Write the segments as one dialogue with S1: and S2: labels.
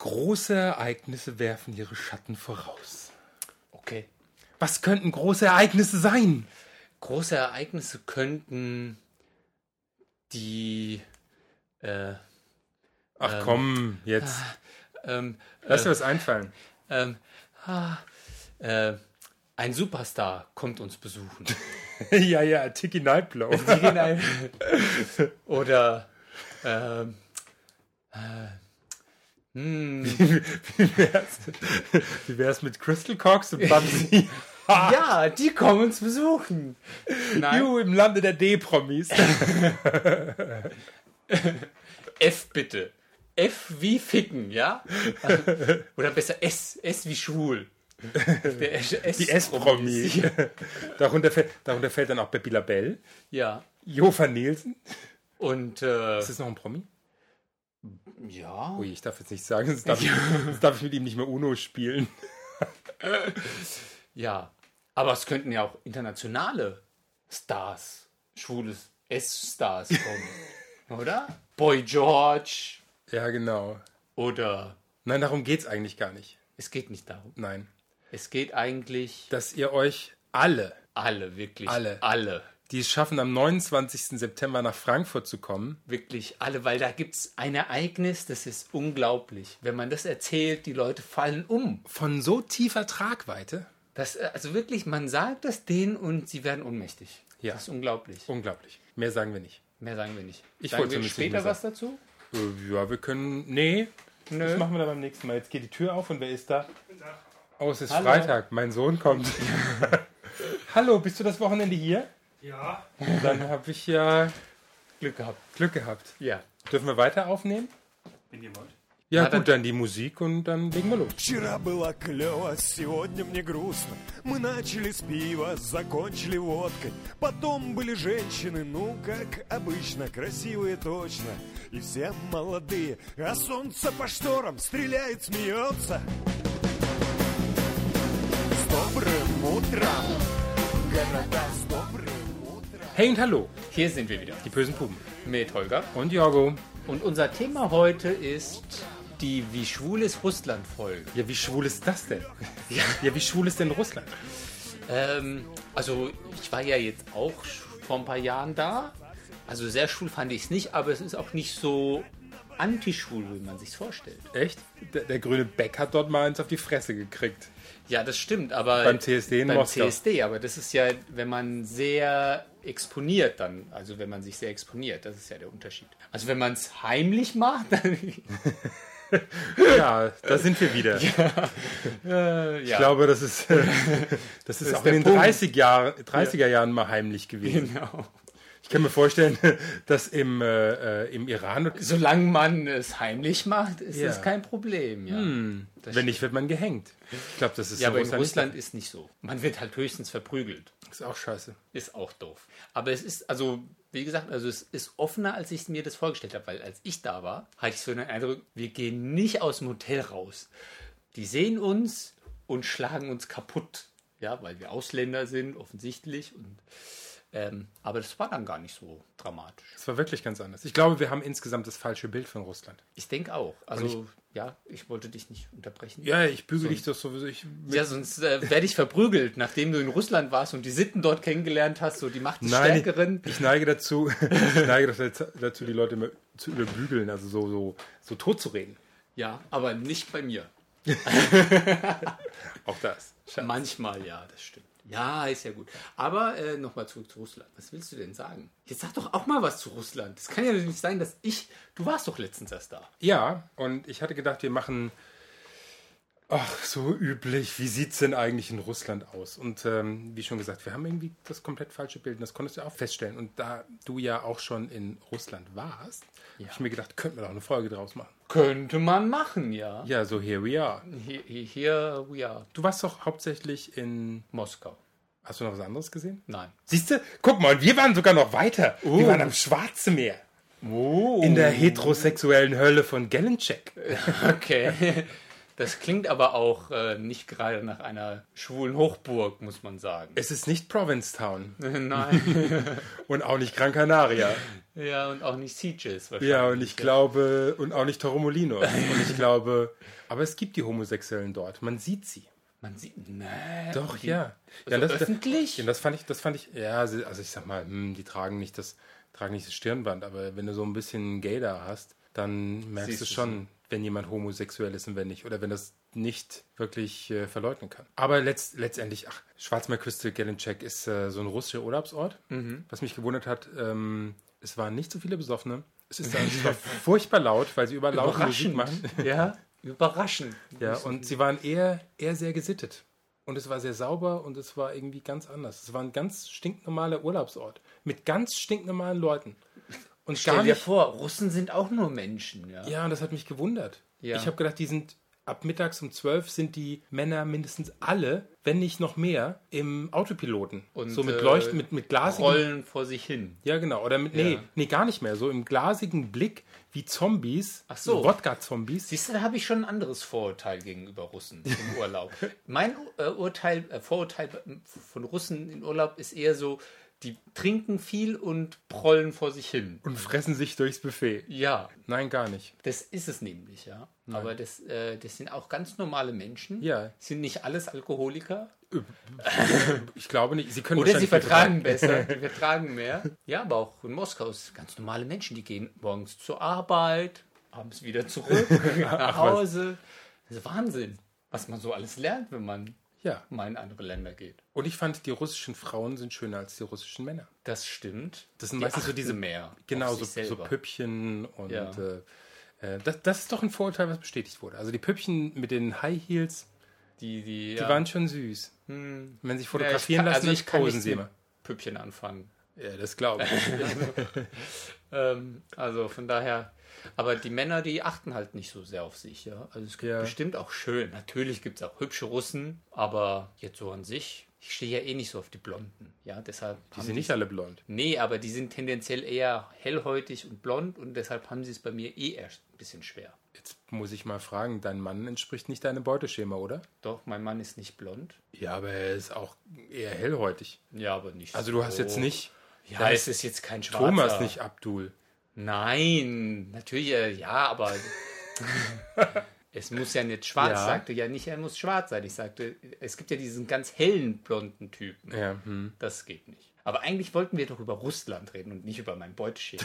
S1: Große Ereignisse werfen ihre Schatten voraus.
S2: Okay.
S1: Was könnten große Ereignisse sein?
S2: Große Ereignisse könnten die. Äh,
S1: Ach komm, jetzt.
S2: ähm,
S1: Lass dir was einfallen.
S2: ähm, ah, äh, ein Superstar kommt uns besuchen.
S1: ja, ja, Tiki Nightblow.
S2: Die gehen ein- Oder. Ähm, äh, hm,
S1: Wie wär's, wie wär's mit Crystal Cox und Bubsy?
S2: ja, die kommen uns besuchen. Nein.
S1: Juhu, im Lande der D-Promis.
S2: F bitte. F wie ficken, ja? Oder besser S. S wie schwul. Der S
S1: Die S-Promis. darunter, fällt- darunter fällt dann auch Beppi LaBelle.
S2: Ja.
S1: Jofa Nielsen.
S2: Und äh,
S1: Ist das noch ein Promi?
S2: ja.
S1: Ui, ich darf jetzt nicht sagen, sonst darf, ich, sonst darf ich mit ihm nicht mehr UNO spielen.
S2: Ja. Aber es könnten ja auch internationale Stars, schwules S-Stars kommen. Oder? Boy George.
S1: Ja, genau.
S2: Oder
S1: Nein, darum geht's eigentlich gar nicht.
S2: es geht nicht darum.
S1: Nein.
S2: Es geht eigentlich
S1: Dass ihr euch alle,
S2: alle, wirklich
S1: Alle.
S2: alle.
S1: die es schaffen, am 29. September nach Frankfurt zu kommen,
S2: Wirklich alle, weil da gibt es ein Ereignis, das ist unglaublich. Wenn man das erzählt, die Leute fallen um.
S1: von so tiefer Tragweite.
S2: Das, äh, also wirklich, man sagt das denen und sie werden ohnmächtig.
S1: Ja.
S2: Das ist unglaublich.
S1: Unglaublich. Mehr sagen wir nicht.
S2: Mehr sagen wir nicht.
S1: Ich
S2: sagen
S1: wollte
S2: wir
S1: zumindest
S2: später
S1: nicht mehr
S2: was dazu?
S1: Äh, Ja, wir können. Nee.
S2: Nö.
S1: Das machen wir dann beim nächsten Mal. Jetzt geht die Tür auf und wer ist da? Oh, es ist
S2: Hallo.
S1: Freitag. Mein Sohn kommt. Hallo, bist du das Wochenende hier?
S3: Ja,
S1: Dann habe ich ja
S2: Glück gehabt.
S1: Glück gehabt.
S2: Ja.
S1: Dürfen wir weiter aufnehmen?
S3: wenn ihr wollt.
S1: Ja,
S2: Na, dann-
S1: gut, dann die Musik und dann legen wir los.
S4: Вчера было клево, сегодня мне грустно. Мы начали с пива, закончили водкой. Потом были женщины, ну как обычно, красивые точно. И все молодые, а солнце по шторам стреляет, смеется. С добрым утром, города с добрым утром.
S1: Hey und hallo,
S2: Hier sind wir wieder
S1: die bösen Puben.
S2: mit Holger.
S1: Und Jorgo.
S2: Und unser Thema heute ist die Wie schwules Russland-Folge.
S1: Ja, wie schwul ist das denn? Ja, wie schwul ist denn Russland?
S2: Ähm, also ich war ja jetzt auch sch- vor ein paar Jahren da. Also sehr schwul fand ich es nicht, aber es ist auch nicht so antischwul, wie man sich vorstellt.
S1: Echt? Der, der grüne Beck hat dort mal eins auf die Fresse gekriegt.
S2: Ja, das stimmt, aber
S1: Beim TSD in
S2: beim
S1: Moskau.
S2: TSD, aber das ist ja, wenn man sehr exponiert dann, also wenn man sich sehr exponiert, das ist ja der Unterschied. Also wenn man es heimlich macht, dann
S1: Ja, da sind wir wieder.
S2: äh, ja.
S1: Ich glaube, das ist, äh, das ist, auch
S2: der
S1: in den
S2: Punkt.
S1: 30 Jahr, 30er Jahren mal heimlich gewesen.
S2: genau.
S1: Ich kann mir vorstellen, dass im, äh, äh, im Iran, und-
S2: Solange man es heimlich macht, ist
S1: Ja. Hm.
S2: es kein Problem, ja.
S1: wenn nicht, wird man gehängt. Ich glaube, das ist
S2: Ja, aber in
S1: nicht
S2: Russland ist nicht so. Man wird halt höchstens verprügelt.
S1: der- ist auch scheiße.
S2: Ist auch doof. Aber es ist, also, wie gesagt, also es ist offener, als ich mir das vorgestellt habe, weil als ich da war, hatte ich so den Eindruck, wir gehen nicht aus dem Hotel raus. Die sehen uns und schlagen uns kaputt. Ja, weil wir Ausländer sind, offensichtlich. Und, ähm, aber das war dann gar nicht so dramatisch.
S1: Das war wirklich ganz anders. Ich glaube, wir haben insgesamt das falsche Bild von Russland.
S2: Ich denke auch. Also, ja, ich wollte dich nicht unterbrechen.
S1: Ja, ich bügel dich doch sowieso. Ich,
S2: Ja, sonst äh, werde ich verprügelt, nachdem du in Russland warst und die Sitten dort kennengelernt hast, so die Macht des
S1: Nein,
S2: Stärkeren.
S1: Ich neige dazu, ich neige dazu- dazu, die Leute immer zu überbügeln, also so, so, so tot zu reden.
S2: Ja, aber nicht bei mir.
S1: Auch das.
S2: Manchmal ja, das stimmt. Ja, ist ja gut. Aber äh, nochmal zurück zu Russland. Was willst du denn sagen? Jetzt sag doch auch mal was zu Russland. Es kann ja nicht sein, dass ich. Du warst doch letztens erst da.
S1: Ja, und ich hatte gedacht, wir machen, ach, so üblich, wie sieht es denn eigentlich in Russland aus? Und ähm, wie schon gesagt, wir haben irgendwie das komplett falsche Bild und das konntest du auch feststellen. Und da du ja auch schon in Russland warst, habe ich mir gedacht, könnten wir doch eine Folge draus machen.
S2: Könnte man machen, ja.
S1: Ja, so here we are.
S2: Hier, hier we are.
S1: Du warst doch hauptsächlich in,
S2: Moskau.
S1: hast du noch was anderes gesehen?
S2: Nein.
S1: Siehst du? Guck mal, und wir waren sogar noch weiter. Wir waren am Schwarzen Meer. In der heterosexuellen Hölle von Gellencheck.
S2: Okay. Das klingt aber auch äh, nicht gerade nach einer schwulen Hochburg, muss man sagen.
S1: Es ist nicht Provincetown
S2: Nein.
S1: und auch nicht Gran Canaria.
S2: Ja, und auch nicht Sieges wahrscheinlich.
S1: Ja, und ich glaube, und auch nicht Torremolinos. Und ich glaube, aber es gibt die Homosexuellen dort. Man sieht sie.
S2: Man sieht. Nee.
S1: Doch,
S2: die-
S1: ja. ja
S2: Äh, Also öffentlich?
S1: Das, ja, das fand ich, das fand ich, ja, sie- also ich sag mal, hm, die tragen nicht das, tragen nicht das Stirnband, aber wenn du so ein bisschen Gaydar hast, dann merkst
S2: Siehst
S1: du
S2: du's.
S1: schon, wenn jemand homosexuell ist und wenn nicht, oder wenn das nicht wirklich äh, verleugnen kann. Aber letzt, letztendlich, ach, Schwarzmeerküste, Gelencheck ist äh, so ein russischer Urlaubsort.
S2: Mhm.
S1: Was mich gewundert hat, ähm, es waren nicht so viele Besoffene. Es ist da, es war furchtbar laut, weil sie überall laut Musik
S2: Überraschend.
S1: machen.
S2: Ja, überraschend.
S1: Ja, und sie waren eher, eher sehr gesittet. Und es war sehr sauber und es war irgendwie ganz anders. Es war ein ganz stinknormaler Urlaubsort. Mit ganz stinknormalen Leuten. Und
S2: Stell
S1: gar
S2: dir
S1: nicht.
S2: vor, Russen sind auch nur Menschen, ja.
S1: Ja, und das hat mich gewundert.
S2: Ja.
S1: Ich habe gedacht, die sind ab mittags um 12 sind die Männer mindestens alle, wenn nicht noch mehr, im Autopiloten.
S2: Und,
S1: so mit
S2: äh,
S1: Leuchten, mit, mit glasigen
S2: Rollen vor sich hin.
S1: ja, genau. Oder mit, nee,
S2: Ja.
S1: nee, gar nicht mehr. So im glasigen Blick wie Zombies,
S2: Ach so.
S1: Wodka-Zombies.
S2: Siehst du, da habe ich schon ein anderes Vorurteil gegenüber Russen im Urlaub. mein äh, Urteil, äh, Vorurteil von Russen im Urlaub ist eher so, die trinken viel und prollen vor sich hin.
S1: Und fressen sich durchs Buffet.
S2: Ja,
S1: Nein, gar nicht.
S2: das ist es nämlich, ja. Aber das, äh, das sind auch ganz normale Menschen.
S1: Ja.
S2: Sind nicht alles Alkoholiker.
S1: Ich glaube nicht. Sie können
S2: Oder sie
S1: wahrscheinlich
S2: vertragen besser, die vertragen mehr. Ja, aber auch in Moskau ist es ganz normale Menschen, die gehen morgens zur Arbeit, abends wieder zurück, nach Hause. Das ist Wahnsinn, was man so alles lernt, wenn man
S1: Ja.
S2: mal in andere Länder geht.
S1: Und ich fand, die russischen Frauen sind schöner als die russischen Männer.
S2: Das stimmt.
S1: Das sind
S2: Die
S1: meistens so
S2: achten
S1: diese-
S2: mehr. auf
S1: Genau,
S2: sich
S1: so, so
S2: selber.
S1: Püppchen und
S2: Ja.
S1: äh, äh, das, das ist doch ein Vorurteil, was bestätigt wurde. Also die Püppchen mit den High Heels,
S2: Die, die,
S1: die
S2: ja. Hm.
S1: waren schon süß. Wenn sie sich fotografieren
S2: Ja, ich kann-
S1: lassen,
S2: also ich kann
S1: posen
S2: nichts
S1: sie
S2: mit-
S1: immer.
S2: Püppchen anfangen.
S1: Ja, das glaube ich.
S2: Ähm, also von daher. Aber die Männer, die achten halt nicht so sehr auf sich, ja. Also es gibt
S1: Ja.
S2: bestimmt auch schön. Natürlich gibt es auch hübsche Russen, aber jetzt so an sich, ich stehe ja eh nicht so auf die Blonden, ja. Deshalb
S1: die sind nicht halt alle blond.
S2: Nee, aber die sind tendenziell eher hellhäutig und blond und deshalb haben sie es bei mir eh erst ein bisschen schwer.
S1: Jetzt muss ich mal fragen, dein Mann entspricht nicht deinem Beuteschema, oder?
S2: Doch, mein Mann ist nicht blond.
S1: Ja, aber er ist auch eher hellhäutig.
S2: Ja, aber nicht.
S1: Also du hast
S2: so.
S1: jetzt nicht
S2: Ja, es ist jetzt kein Schwarzer.
S1: Thomas, nicht Abdul.
S2: Nein, natürlich, äh, ja, aber es muss ja nicht schwarz.
S1: Ja.
S2: Ich sagte ja nicht, er muss schwarz sein. Ich sagte, es gibt ja diesen ganz hellen blonden Typen.
S1: Ja, hm.
S2: Das geht nicht. Aber eigentlich wollten wir doch über Russland reden und nicht über mein Beuteschema.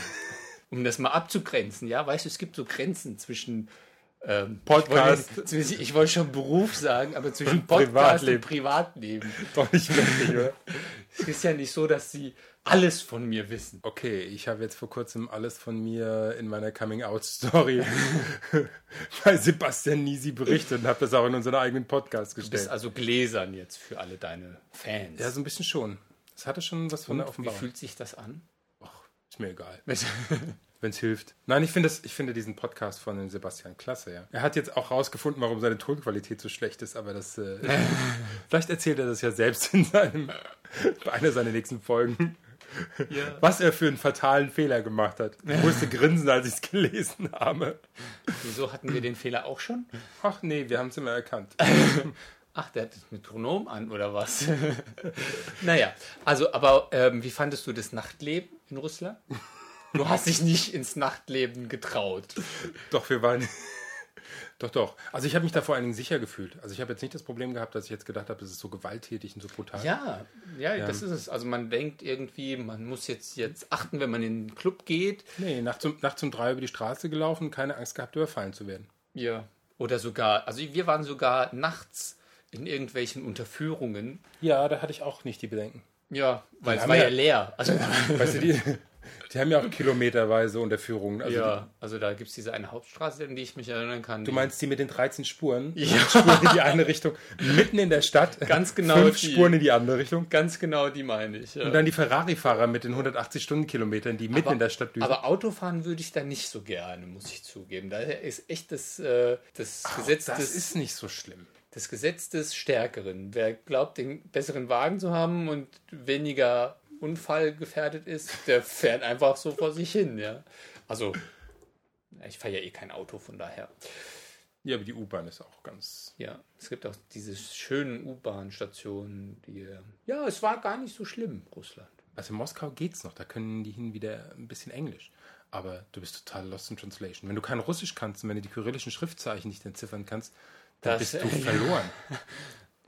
S2: um das mal abzugrenzen, ja, weißt du, es gibt so Grenzen zwischen ähm,
S1: Podcast.
S2: Ich wollte, zwischen- ich wollte schon Beruf sagen, aber zwischen
S1: Und
S2: Podcast
S1: Privatleben.
S2: und Privatleben.
S1: Doch nicht richtig, oder?
S2: Es ist ja nicht so, dass sie alles von mir wissen.
S1: Okay, ich habe jetzt vor kurzem alles von mir in meiner Coming-out-Story bei Sebastian Nisi berichtet und habe das auch in unseren eigenen Podcast
S2: Bist
S1: gestellt.
S2: also gläsern jetzt für alle deine Fans.
S1: Ja, so ein bisschen schon. Es hatte schon was von der
S2: Wie
S1: Offenbarung.
S2: fühlt sich das an?
S1: Och, ist mir egal, wenn es hilft. Nein, ich finde das- ich finde diesen Podcast von dem Sebastian klasse, ja. Er hat jetzt auch rausgefunden, warum seine Tonqualität so schlecht ist, aber das... Äh, vielleicht erzählt er das ja selbst in seinem, bei einer seiner nächsten Folgen,
S2: ja.
S1: was er für einen fatalen Fehler gemacht hat. Ich musste grinsen, als ich es gelesen habe.
S2: Wieso hatten wir den Fehler auch schon?
S1: Ach nee, wir haben es immer erkannt.
S2: Ach, der hat das Metronom an oder was? naja, also, aber ähm, wie fandest du das Nachtleben in Russland? Du hast dich nicht ins Nachtleben getraut.
S1: Doch, wir waren. Doch, doch. Also ich habe mich da vor allen Dingen sicher gefühlt. Also ich habe jetzt nicht das Problem gehabt, dass ich jetzt gedacht habe, es ist so gewalttätig und so brutal.
S2: Ja, ja, das ist es. Also man denkt irgendwie, man muss jetzt, jetzt achten, wenn man in den Club geht.
S1: Nee, nachts um, nachts um drei über die Straße gelaufen, keine Angst gehabt, überfallen zu werden.
S2: Ja. Oder sogar, also wir waren sogar nachts in irgendwelchen Unterführungen.
S1: Ja, da hatte ich auch nicht die Bedenken.
S2: Ja, weil es
S1: haben
S2: war
S1: ja-
S2: ja leer. Also
S1: Weißt du, die, die haben ja auch kilometerweise Unterführungen. Also die,
S2: Ja, also da gibt es diese eine Hauptstraße, an die ich mich erinnern kann.
S1: du meinst die mit den 13 Spuren?
S2: Ja.
S1: Spuren in die eine Richtung, mitten in der Stadt.
S2: Ganz genau
S1: Fünf
S2: die.
S1: Spuren in die andere Richtung.
S2: ganz genau die meine ich. Ja.
S1: Und dann die Ferrari-Fahrer mit den 180 Stundenkilometern, die mitten in der Stadt düsen.
S2: aber Autofahren würde ich da nicht so gerne, muss ich zugeben. Da ist echt das, äh, das, Gesetz
S1: das
S2: des,
S1: ist nicht so schlimm.
S2: das Gesetz des Stärkeren. Wer glaubt, den besseren Wagen zu haben und weniger unfallgefährdet ist, der fährt einfach so vor sich hin. Ja. Also, ich fahre ja eh kein Auto, von daher.
S1: Ja, aber die U-Bahn ist auch ganz.
S2: Ja, es gibt auch diese schönen U-Bahn-Stationen, die. äh, Ja, es war gar nicht so schlimm, Russland.
S1: Also in Moskau geht's noch, da können die hin wieder ein bisschen Englisch. Aber du bist total lost in translation. Wenn du kein Russisch kannst und wenn du die kyrillischen Schriftzeichen nicht entziffern kannst, dann
S2: Das-
S1: bist du verloren.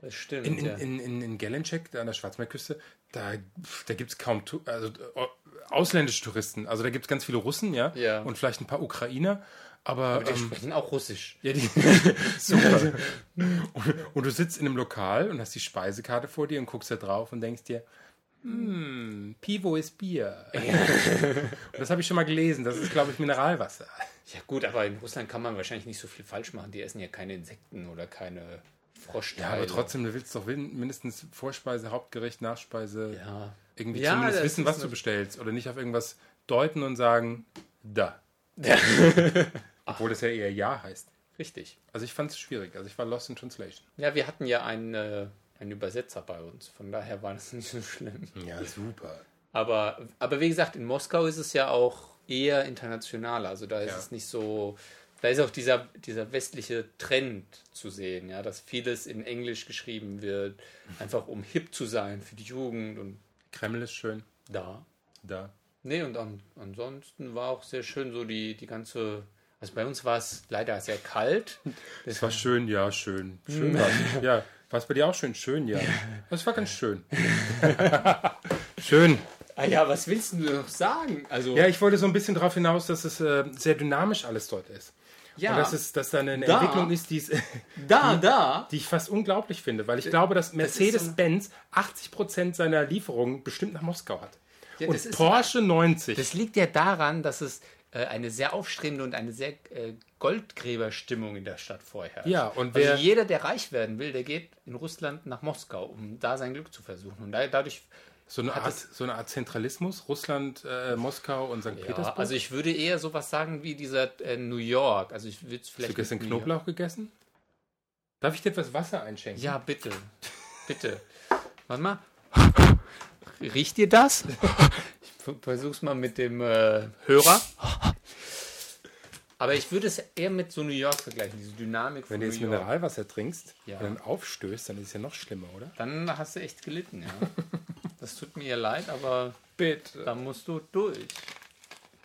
S2: Das stimmt.
S1: In, in,
S2: ja.
S1: in, in, in Galencheck, an der Schwarzmeerküste, da, pf, da gibt es kaum Tu- also, äh, ausländische Touristen. Also da gibt es ganz viele Russen, ja,
S2: Ja.
S1: und vielleicht ein paar Ukrainer. Aber,
S2: Aber die
S1: ähm,
S2: sprechen auch Russisch.
S1: ja, die, super. und, ähm, und du sitzt in einem Lokal und hast die Speisekarte vor dir und guckst da drauf und denkst dir, hm, Pivo ist Bier. Und das habe ich schon mal gelesen. Das ist, glaube ich, Mineralwasser.
S2: Ja, gut, aber in Russland kann man wahrscheinlich nicht so viel falsch machen. Die essen ja keine Insekten oder keine Froschteile.
S1: Ja, aber trotzdem, du willst doch win- mindestens Vorspeise, Hauptgericht, Nachspeise.
S2: Ja.
S1: irgendwie
S2: Ja,
S1: zumindest
S2: das
S1: wissen,
S2: ist
S1: was du
S2: eine-
S1: bestellst oder nicht auf irgendwas deuten und sagen, da. Obwohl das ja eher ja heißt.
S2: Richtig.
S1: Also ich fand es schwierig. Also ich war lost in translation.
S2: Ja, wir hatten ja einen, äh, einen Übersetzer bei uns. Von daher war das nicht so schlimm.
S1: Ja, super.
S2: Aber, aber wie gesagt, in Moskau ist es ja auch eher internationaler. Also da ist
S1: Ja.
S2: es nicht so. Da ist auch dieser, dieser westliche Trend zu sehen, ja, dass vieles in Englisch geschrieben wird, einfach um hip zu sein für die Jugend und
S1: Kreml ist schön.
S2: da.
S1: Da.
S2: Nee, und an, ansonsten war auch sehr schön so die, die ganze. Also bei uns war es leider sehr kalt.
S1: Es war schön, ja, schön.
S2: Mm.
S1: Schön war's. Ja. War es bei dir auch schön? Schön, ja. Es war ganz schön. schön.
S2: Ah ja, was willst du noch sagen? Also,
S1: Ja, ich wollte so ein bisschen darauf hinaus, dass es äh, sehr dynamisch alles dort ist.
S2: ja,
S1: Und dass, es, dass da eine, eine
S2: Da.
S1: Entwicklung ist, die es
S2: da, da.
S1: die ich fast unglaublich finde, weil ich glaube, dass Mercedes-Benz 80% seiner Lieferungen bestimmt nach Moskau hat.
S2: Ja, das
S1: und
S2: ist-
S1: Porsche 90.
S2: Das liegt ja daran, dass es äh, eine sehr aufstrebende und eine sehr äh, Goldgräberstimmung in der Stadt vorherrscht.
S1: Ja, und
S2: also
S1: wer-
S2: jeder, der reich werden will, der geht in Russland nach Moskau, um da sein Glück zu versuchen. Und da, dadurch,
S1: so, eine
S2: hat
S1: Art,
S2: es-
S1: so eine Art Zentralismus, Russland, äh, Moskau und St.
S2: ja,
S1: Petersburg.
S2: also ich würde eher sowas sagen wie dieser äh, New York. Also ich würde es
S1: Hast du
S2: vielleicht.
S1: gestern
S2: mit New York-
S1: Knoblauch gegessen? Darf ich dir etwas Wasser einschenken?
S2: Ja, bitte. Bitte. Warte mal. Riecht ihr das? Ich v- versuch's mal mit dem äh, Hörer. Aber ich würde es eher mit so New York vergleichen, diese Dynamik
S1: Wenn
S2: von
S1: du
S2: New
S1: jetzt
S2: York.
S1: Mineralwasser trinkst
S2: Ja.
S1: und dann aufstößt, dann ist es ja noch schlimmer, oder?
S2: Dann hast du echt gelitten, ja. Das tut mir ja leid, aber
S1: Bitte.
S2: da musst du durch.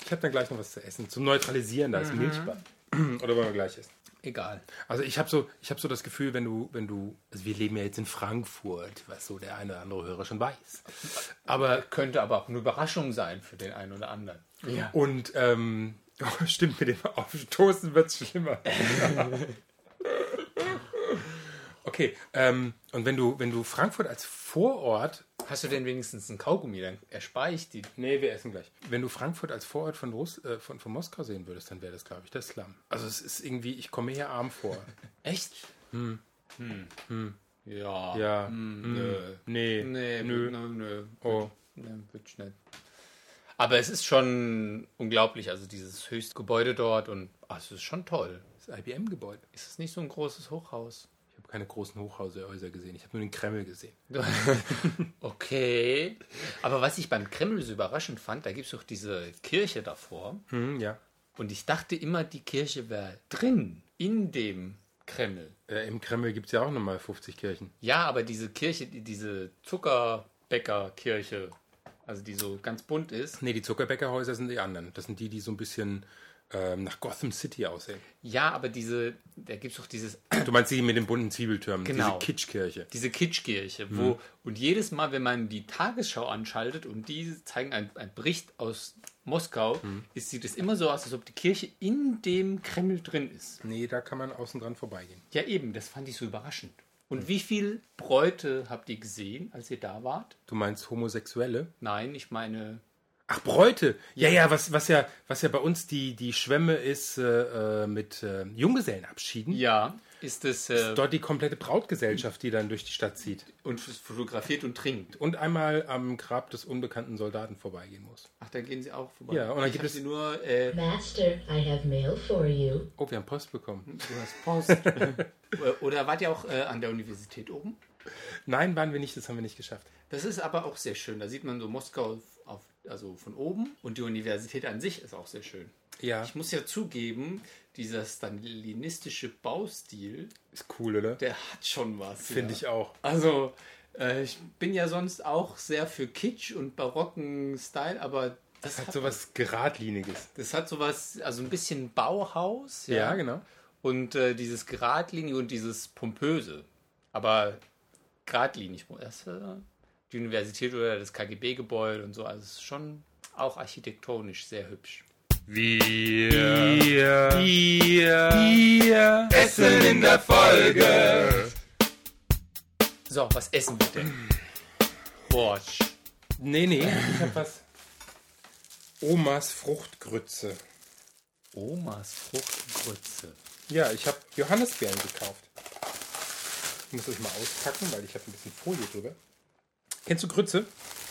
S1: Ich habe dann gleich noch was zu essen. Zum Neutralisieren, da ist Milchspann. Oder wollen wir gleich essen?
S2: Egal.
S1: Also ich habe so, ich habe so das Gefühl, wenn du, wenn du, also wir leben ja jetzt in Frankfurt, was so der eine oder andere Hörer schon weiß. Aber
S2: Könnte aber auch eine Überraschung sein für den einen oder anderen. Ja.
S1: und ähm, oh, stimmt mit dem Aufstoßen wird's schlimmer. okay, ähm, und wenn du, wenn du Frankfurt als Vorort,
S2: Hast du denn wenigstens einen Kaugummi? Dann erspare ich die.
S1: nee, wir essen gleich. Wenn du Frankfurt als Vorort von Russ, äh, von, von Moskau sehen würdest, dann wäre das, glaube ich, der Slum. Also es ist irgendwie, ich komme hier arm vor.
S2: Echt? Hm. Hm. Ja.
S1: ja, Mm, nö, nee,
S2: Nee,
S1: nö.
S2: nö, nö.
S1: Oh.
S2: Nee, wird schnell. Aber es ist schon unglaublich, also dieses Höchstgebäude dort und ah, es ist schon toll.
S1: Das IBM-Gebäude.
S2: Es ist nicht so ein großes Hochhaus.
S1: Ich habe keine großen Hochhäuser gesehen. Ich habe nur den Kreml gesehen.
S2: Okay. Aber was ich beim Kreml so überraschend fand, da gibt es doch diese Kirche davor.
S1: Hm, ja.
S2: Und ich dachte immer, die Kirche wäre drin, in dem Kreml.
S1: Äh, Im Kreml gibt es ja auch nochmal 50 Kirchen.
S2: Ja, aber diese Kirche, die- diese Zuckerbäckerkirche, also die so ganz bunt ist,
S1: Nee, die Zuckerbäckerhäuser sind die anderen. Das sind die, die so ein bisschen ähm, nach Gotham City aussehen.
S2: ja, aber diese, da gibt es doch dieses
S1: Du meinst die mit den bunten Zwiebeltürmen,
S2: Genau.
S1: diese Kitschkirche.
S2: diese Kitschkirche, wo
S1: Mhm.
S2: und jedes Mal, wenn man die Tagesschau anschaltet und die zeigen einen einen Bericht aus Moskau,
S1: Mhm.
S2: ist, sieht es immer so aus, als ob die Kirche in dem Kreml drin ist.
S1: Nee, da kann man außen dran vorbeigehen.
S2: Ja, eben, das fand ich so überraschend. Und
S1: Mhm.
S2: wie viel Bräute habt ihr gesehen, als ihr da wart?
S1: Du meinst Homosexuelle?
S2: Nein, ich meine,
S1: Ach, Bräute! Ja, ja, was, was ja, was ja bei uns die, die Schwemme ist äh, äh, mit äh, Junggesellenabschieden.
S2: ja, ist es äh,
S1: Dort die komplette Brautgesellschaft, die dann durch die Stadt zieht.
S2: und es fotografiert und trinkt.
S1: Und einmal am Grab des unbekannten Soldaten vorbeigehen muss.
S2: Ach, da gehen sie auch vorbei.
S1: Ja, und dann
S2: ich
S1: gibt
S2: hab
S1: es-
S2: sie nur äh,
S3: Master, I have mail for you.
S1: Oh, wir haben Post bekommen.
S2: du hast Post. Oder wart ihr auch äh, an der Universität oben?
S1: Nein, waren wir nicht, das haben wir nicht geschafft.
S2: Das ist aber auch sehr schön. Da sieht man so Moskau auf, auf, also von oben und die Universität an sich ist auch sehr schön.
S1: Ja,
S2: Ich muss ja zugeben, dieser stalinistische Baustil,
S1: ist cool, oder?
S2: der hat schon was.
S1: Finde
S2: ja.
S1: ich auch.
S2: Also, äh, ich bin ja sonst auch sehr für Kitsch und barocken Style, aber das
S1: Hat
S2: hat,
S1: sowas Geradliniges.
S2: das hat sowas, also ein bisschen Bauhaus.
S1: Ja, genau.
S2: Und äh, dieses Geradlinige und dieses Pompöse. Aber geradlinig. Das, äh, die Universität oder das KGB-Gebäude und so. Also es ist schon auch architektonisch sehr hübsch.
S1: Essen in der Folge.
S2: So, was essen wir denn? Borsch.
S1: Nee, nee, ich hab was. Omas Fruchtgrütze.
S2: Omas Fruchtgrütze.
S1: Ja, ich habe Johannisbeeren gekauft. Ich muss euch mal auspacken, weil ich habe ein bisschen Folie drüber. Kennst du Grütze?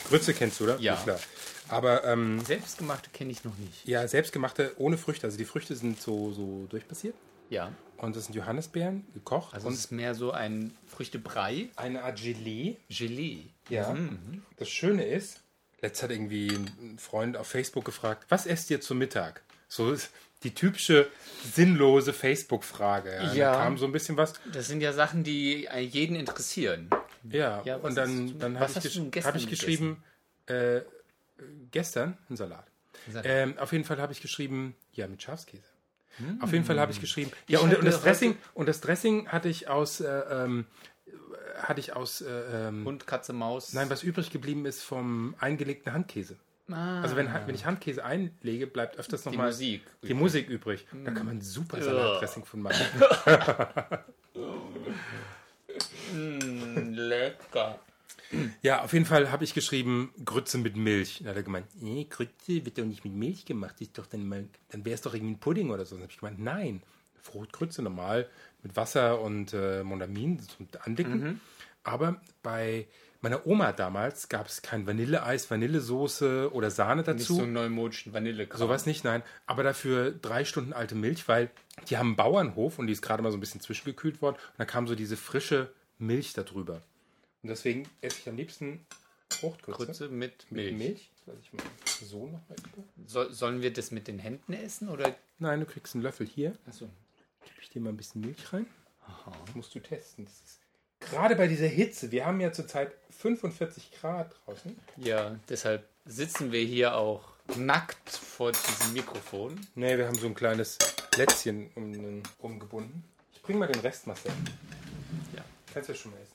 S1: Grütze kennst du, oder?
S2: Ja.
S1: klar. Aber ähm,
S2: Selbstgemachte kenne ich noch nicht.
S1: ja, selbstgemachte ohne Früchte. Also die Früchte sind so, so durchpassiert.
S2: Ja.
S1: Und das sind Johannisbeeren, gekocht.
S2: Also
S1: und
S2: es ist mehr so ein Früchtebrei,
S1: eine Art Gelee.
S2: Gelee.
S1: Ja. Das Schöne ist, Mhm, letzt hat irgendwie ein Freund auf Facebook gefragt, was esst ihr zum Mittag? So ist die typische sinnlose Facebook-Frage. Ja.
S2: Ja.
S1: Da kam so ein bisschen was.
S2: Das sind ja Sachen, die jeden interessieren.
S1: Ja,
S2: Ja, was
S1: und
S2: hast
S1: dann,
S2: du-
S1: dann
S2: was
S1: habe ich,
S2: hast du denn
S1: gesch
S2: gestern
S1: hab ich geschrieben, äh, gestern ein Salat.
S2: Salat.
S1: Ähm, auf jeden Fall habe ich geschrieben, ja, mit Schafskäse. Auf jeden Fall habe ich geschrieben, ja, und,
S2: Hm. hatte
S1: und, das
S2: heute-
S1: Dressing, und das Dressing hatte ich aus, äh, ähm, hatte ich aus, äh, ähm,
S2: Hund, Katze, Maus.
S1: nein, was übrig geblieben ist vom eingelegten Handkäse.
S2: Ah,
S1: Also wenn, wenn ich Handkäse einlege, bleibt öfters
S2: die
S1: nochmal
S2: Musik.
S1: die Musik übrig. Da kann man super Salatdressing von machen.
S2: Lecker.
S1: Ja, auf jeden Fall habe ich geschrieben, Grütze mit Milch. Da hat er gemeint, nee, Grütze wird doch nicht mit Milch gemacht. Das Ist doch dann mal, dann wäre es doch irgendwie ein Pudding oder so. Dann habe ich gemeint, nein, Fruchtgrütze normal mit Wasser und äh, Mondamin zum Andicken.
S2: Mhm.
S1: Aber bei meiner Oma damals gab es kein Vanilleeis, Vanillesoße oder Sahne
S2: Nicht
S1: dazu.
S2: so einen neumodischen Vanillekram.
S1: Sowas nicht, nein. Aber dafür drei Stunden alte Milch, weil die haben einen Bauernhof und die ist gerade mal so ein bisschen zwischengekühlt worden. Und da kam so diese frische Milch darüber. Und deswegen esse ich am liebsten Fruchtgrütze.
S2: Grütze mit
S1: Mit
S2: Milch.
S1: Milch. Lass ich mal so nochmal über.
S2: So, sollen wir das mit den Händen essen oder?
S1: Nein, du kriegst einen Löffel hier.
S2: Achso.
S1: Gib ich dir mal ein bisschen Milch rein. Das musst du testen. Das ist gerade bei dieser Hitze. Wir haben ja zurzeit 45 Grad draußen.
S2: Ja, deshalb sitzen wir hier auch nackt vor diesem Mikrofon.
S1: Nee, wir haben so ein kleines Lätzchen um den rumgebunden. Ich bring mal den Rest, Marcel.
S2: Ja.
S1: Kannst ja schon mal essen.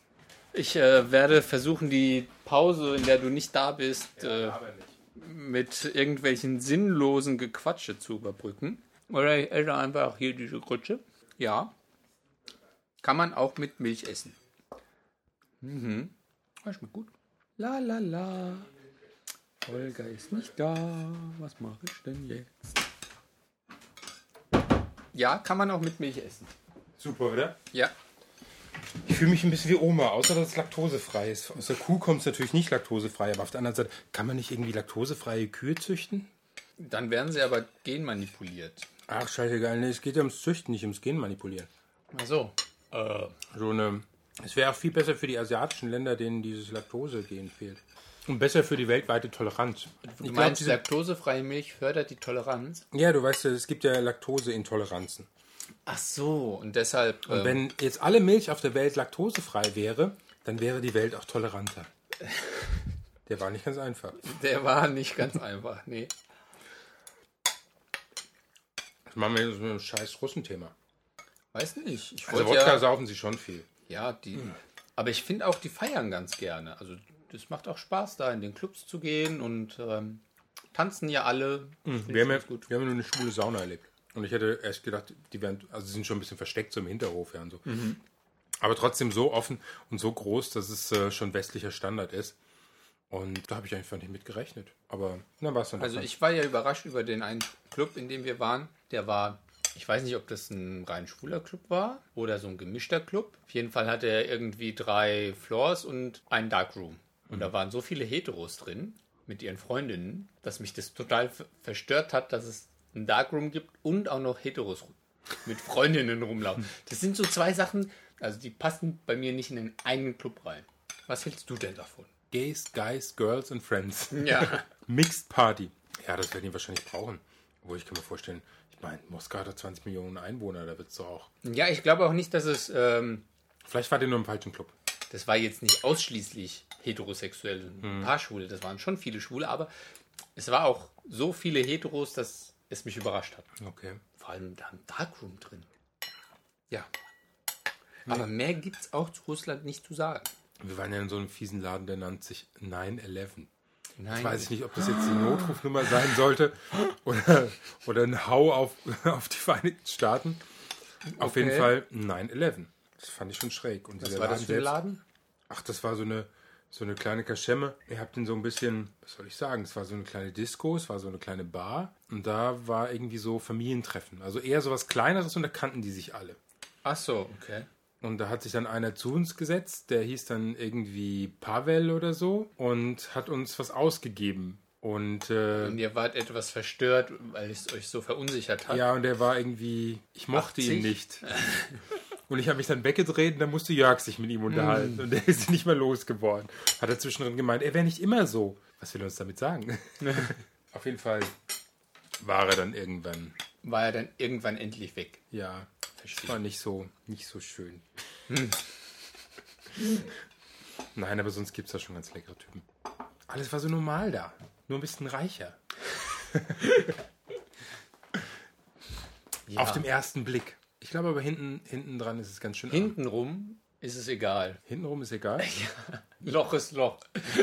S2: Ich äh, werde versuchen, die Pause, in der du nicht da bist, äh,
S1: Aber nicht.
S2: mit irgendwelchen sinnlosen Gequatsche zu überbrücken. Oder ich esse einfach hier diese Grütze. Ja. Kann man auch mit Milch essen. Mhm. Das schmeckt gut. La la la. Olga ist nicht da. Was mache ich denn jetzt? Ja, kann man auch mit Milch essen.
S1: Super, oder?
S2: Ja.
S1: Ich fühle mich ein bisschen wie Oma, außer dass es laktosefrei ist. Aus der Kuh kommt es natürlich nicht laktosefrei, aber auf der anderen Seite, kann man nicht irgendwie laktosefreie Kühe züchten?
S2: Dann werden sie aber genmanipuliert.
S1: Ach, scheißegal, nee, es geht ja ums Züchten, nicht ums Genmanipulieren.
S2: Ach so.
S1: So eine. Es wäre auch viel besser für die asiatischen Länder, denen dieses Laktose-Gen fehlt. Und besser für die weltweite Toleranz.
S2: Du
S1: Ich glaub,
S2: meinst,
S1: diese-
S2: laktosefreie Milch fördert die Toleranz?
S1: ja, du weißt ja, es gibt ja Laktoseintoleranzen.
S2: Ach so, und deshalb. ähm,
S1: Wenn jetzt alle Milch auf der Welt laktosefrei wäre, dann wäre die Welt auch toleranter. Der war nicht ganz einfach.
S2: ähm, der war nicht ganz einfach, nee.
S1: Das machen wir jetzt mit einem scheiß Russenthema.
S2: Weiß nicht. Ich
S1: Also
S2: wollte
S1: Wodka
S2: ja,
S1: saufen sie schon viel.
S2: ja, die.
S1: Hm.
S2: Aber ich finde auch, die feiern ganz gerne. Also, das macht auch Spaß, da in den Clubs zu gehen und ähm, tanzen ja alle.
S1: Hm, Wir haben, ja, wir haben ja nur eine schwule Sauna erlebt. Und ich hätte erst gedacht, die wären, also sie sind schon ein bisschen versteckt, so im Hinterhof ja und so. Aber trotzdem so offen und so groß, dass es äh, schon westlicher Standard ist. Und da habe ich einfach nicht mit gerechnet. Aber na, war es dann
S2: Also,
S1: doch
S2: ich war ja überrascht über den einen Club, in dem wir waren. Der war. Ich weiß nicht, ob das ein rein schwuler Club war oder so ein gemischter Club. Auf jeden Fall hatte er irgendwie drei Floors und einen Darkroom. Und da waren so viele Heteros drin mit ihren Freundinnen, dass mich das total ver- verstört hat, dass es einen Darkroom gibt und auch noch Heteros mit Freundinnen rumlaufen. Das sind so zwei Sachen, also die passen bei mir nicht in den einen Club rein. Was hältst du denn davon?
S1: Gays, Guys, Girls and Friends.
S2: Ja.
S1: Mixed Party. Ja, das werden die wahrscheinlich brauchen. Obwohl, ich kann mir vorstellen, ich meine, Moskau hat doch 20 Millionen Einwohner, da wird es auch.
S2: Ja, ich glaube auch nicht, dass es, ähm,
S1: Vielleicht war der nur im falschen Club.
S2: das war jetzt nicht ausschließlich heterosexuell,
S1: Hm.
S2: ein paar Schwule, das waren schon viele Schwule, aber es war auch so viele Heteros, dass es mich überrascht hat.
S1: Okay.
S2: Vor allem da ein Darkroom drin. Ja. Aber mehr gibt's auch zu Russland nicht zu sagen.
S1: Wir waren ja in so einem fiesen Laden, der nannt sich 9-11.
S2: Nein.
S1: Ich weiß nicht, ob das jetzt die Notrufnummer sein sollte oder, oder ein Hau auf, auf die Vereinigten Staaten. Auf
S2: Okay.
S1: jeden Fall 9-11. Das fand ich schon schräg. Und
S2: Was
S1: dieser
S2: war das für ein
S1: selbst-
S2: Laden?
S1: Ach, das war so eine, so eine kleine Kaschemme. Ihr habt ihn so ein bisschen, was soll ich sagen, es war so eine kleine Disco, es war so eine kleine Bar. Und da war irgendwie so Familientreffen. Also eher so was Kleineres und da kannten die sich alle.
S2: Ach so, okay.
S1: Und da hat sich dann einer zu uns gesetzt, der hieß dann irgendwie Pavel oder so und hat uns was ausgegeben. Und äh,
S2: Und ihr wart etwas verstört, weil es euch so verunsichert hat.
S1: Ja, und der war irgendwie, ich mochte
S2: 80?
S1: ihn nicht. Und ich habe mich dann weggedreht und dann musste Jörg sich mit ihm unterhalten. Und der ist nicht mehr losgeworden. Hat er zwischendrin gemeint, er wäre nicht immer so. Was will er uns damit sagen? Auf jeden Fall war er dann irgendwann.
S2: War er dann irgendwann endlich weg.
S1: Ja, das war nicht so, nicht so schön. Hm. Nein, aber sonst gibt es da schon ganz leckere Typen. Alles war so normal da. Nur ein bisschen reicher.
S2: Ja.
S1: Auf dem ersten Blick. Ich glaube aber hinten, hinten dran ist es ganz schön. arm.
S2: Hintenrum ist es egal.
S1: Hintenrum ist egal.
S2: Loch ist Loch.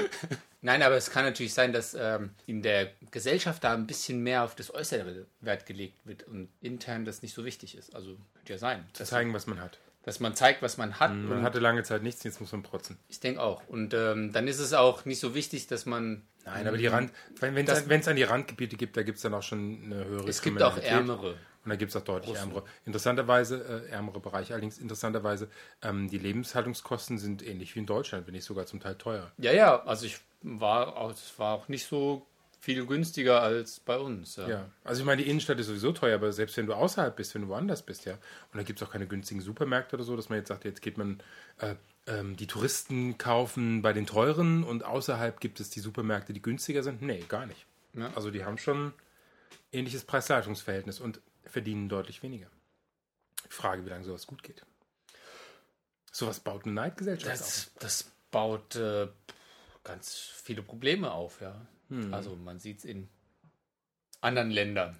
S2: Nein, aber es kann natürlich sein, dass ähm, in der Gesellschaft da ein bisschen mehr auf das Äußere Wert gelegt wird und intern das nicht so wichtig ist. Also könnte ja sein, dass,
S1: zeigen, was man hat.
S2: dass man zeigt, was man hat.
S1: Man
S2: und
S1: hatte lange Zeit nichts, jetzt muss man protzen.
S2: Ich denke auch. Und ähm, dann ist es auch nicht so wichtig, dass man.
S1: Nein, aber die Rand, wenn es
S2: Mhm. Das-
S1: an, wenn's an die Randgebiete gibt, da gibt es dann auch schon eine höhere
S2: Es gibt auch
S1: Kriminalität.
S2: Ärmere.
S1: Und da gibt es auch deutlich ärmere. Interessanterweise, äh, ärmere Bereiche, allerdings interessanterweise, ähm, die Lebenshaltungskosten sind ähnlich wie in Deutschland, wenn nicht sogar zum Teil teuer.
S2: Ja, ja. Also ich war auch, es war auch nicht so viel günstiger als bei uns. Ja.
S1: Ja. Also ich meine, die Innenstadt ist sowieso teuer, aber selbst wenn du außerhalb bist, wenn du woanders bist, ja, und da gibt es auch keine günstigen Supermärkte oder so, dass man jetzt sagt, jetzt geht man, äh, ähm, die Touristen kaufen bei den teuren und außerhalb gibt es die Supermärkte, die günstiger sind. Nee, gar nicht.
S2: Ja.
S1: Also die haben schon ähnliches Preis-Leistungs-Verhältnis und verdienen deutlich weniger. Ich frage, wie lange sowas gut geht. Sowas baut eine Neidgesellschaft auf.
S2: Das, das baut äh, ganz viele Probleme auf, ja. Also man sieht es in anderen Ländern.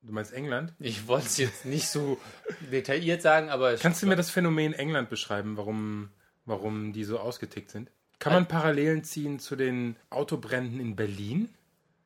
S1: Du meinst England?
S2: Ich wollte es jetzt nicht so detailliert sagen, aber ich
S1: Kannst du mir das Phänomen England beschreiben, warum, warum die so ausgetickt sind? Kann man Parallelen ziehen zu den Autobränden in Berlin?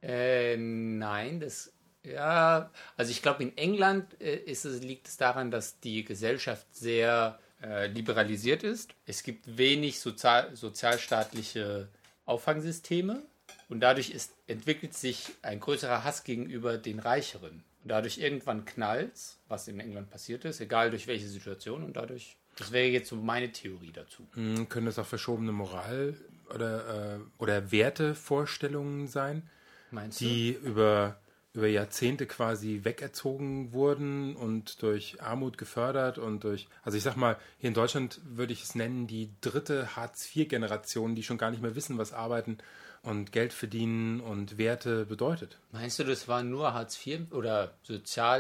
S2: Äh, nein, das. Ja, also ich glaube, in England äh, ist es, liegt es daran, dass die Gesellschaft sehr äh, liberalisiert ist. Es gibt wenig sozial, sozialstaatliche Auffangsysteme und dadurch ist, entwickelt sich ein größerer Hass gegenüber den Reicheren. Und dadurch irgendwann knallt's, was in England passiert ist, egal durch welche Situation und dadurch. Das wäre jetzt so meine Theorie dazu.
S1: Hm, Können das auch verschobene Moral oder, äh, oder Wertevorstellungen sein,
S2: Meinst du?
S1: die über, über Jahrzehnte quasi wegerzogen wurden und durch Armut gefördert und durch, also ich sag mal, hier in Deutschland würde ich es nennen, die dritte Hartz-IV-Generation, die schon gar nicht mehr wissen, was arbeiten und Geld verdienen und Werte bedeutet.
S2: Meinst du, das waren nur Hartz IV oder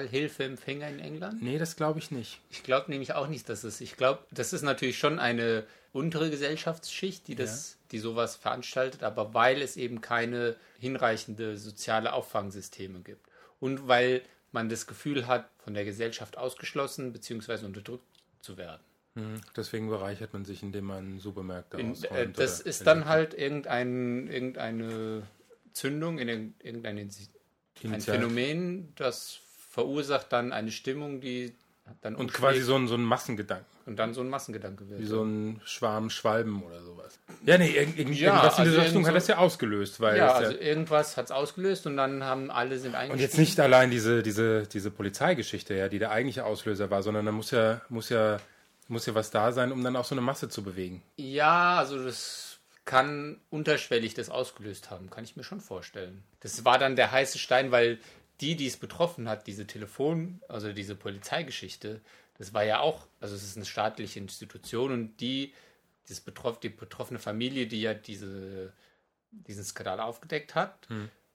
S2: Sozialhilfeempfänger in England?
S1: Nee, das glaube ich nicht.
S2: Ich glaube nämlich auch nicht, dass es. Ich glaube, das ist natürlich schon eine untere Gesellschaftsschicht, die das, die sowas veranstaltet, aber weil es eben keine hinreichende soziale Auffangsysteme gibt und weil man das Gefühl hat, von der Gesellschaft ausgeschlossen bzw. unterdrückt zu werden.
S1: Deswegen bereichert man sich, indem man Supermärkte
S2: In,
S1: ausräumt.
S2: äh, das
S1: oder Also
S2: ist dann halt irgendein, irgendeine Zündung, in irgendein Insi- ein
S1: Initial-
S2: Phänomen, das verursacht dann eine Stimmung, die dann
S1: Und
S2: umschlägt
S1: quasi so ein, so ein Massengedanken,
S2: und dann so ein Massengedanke wird.
S1: wie so ein Schwarm Schwalben oder sowas. Ja, nee, irg irgendwie
S2: Ja,
S1: irgendwas in
S2: also
S1: dieser Richtung
S2: irgend
S1: hat
S2: so-
S1: das ja ausgelöst, weil
S2: Ja,
S1: das ja
S2: also irgendwas hat es ausgelöst und dann haben alle sind
S1: und
S2: eingeschrieben.
S1: jetzt nicht allein diese, diese, diese Polizeigeschichte, ja, die der eigentliche Auslöser war, sondern da muss ja, muss ja, muss ja was da sein, um dann auch so eine Masse zu bewegen.
S2: Ja, also das kann unterschwellig das ausgelöst haben, kann ich mir schon vorstellen. Das war dann der heiße Stein, weil die, die es betroffen hat, diese Telefon, also diese Polizeigeschichte, das war ja auch, also es ist eine staatliche Institution und die, das betroff, die betroffene Familie, die ja diese, diesen Skandal aufgedeckt hat,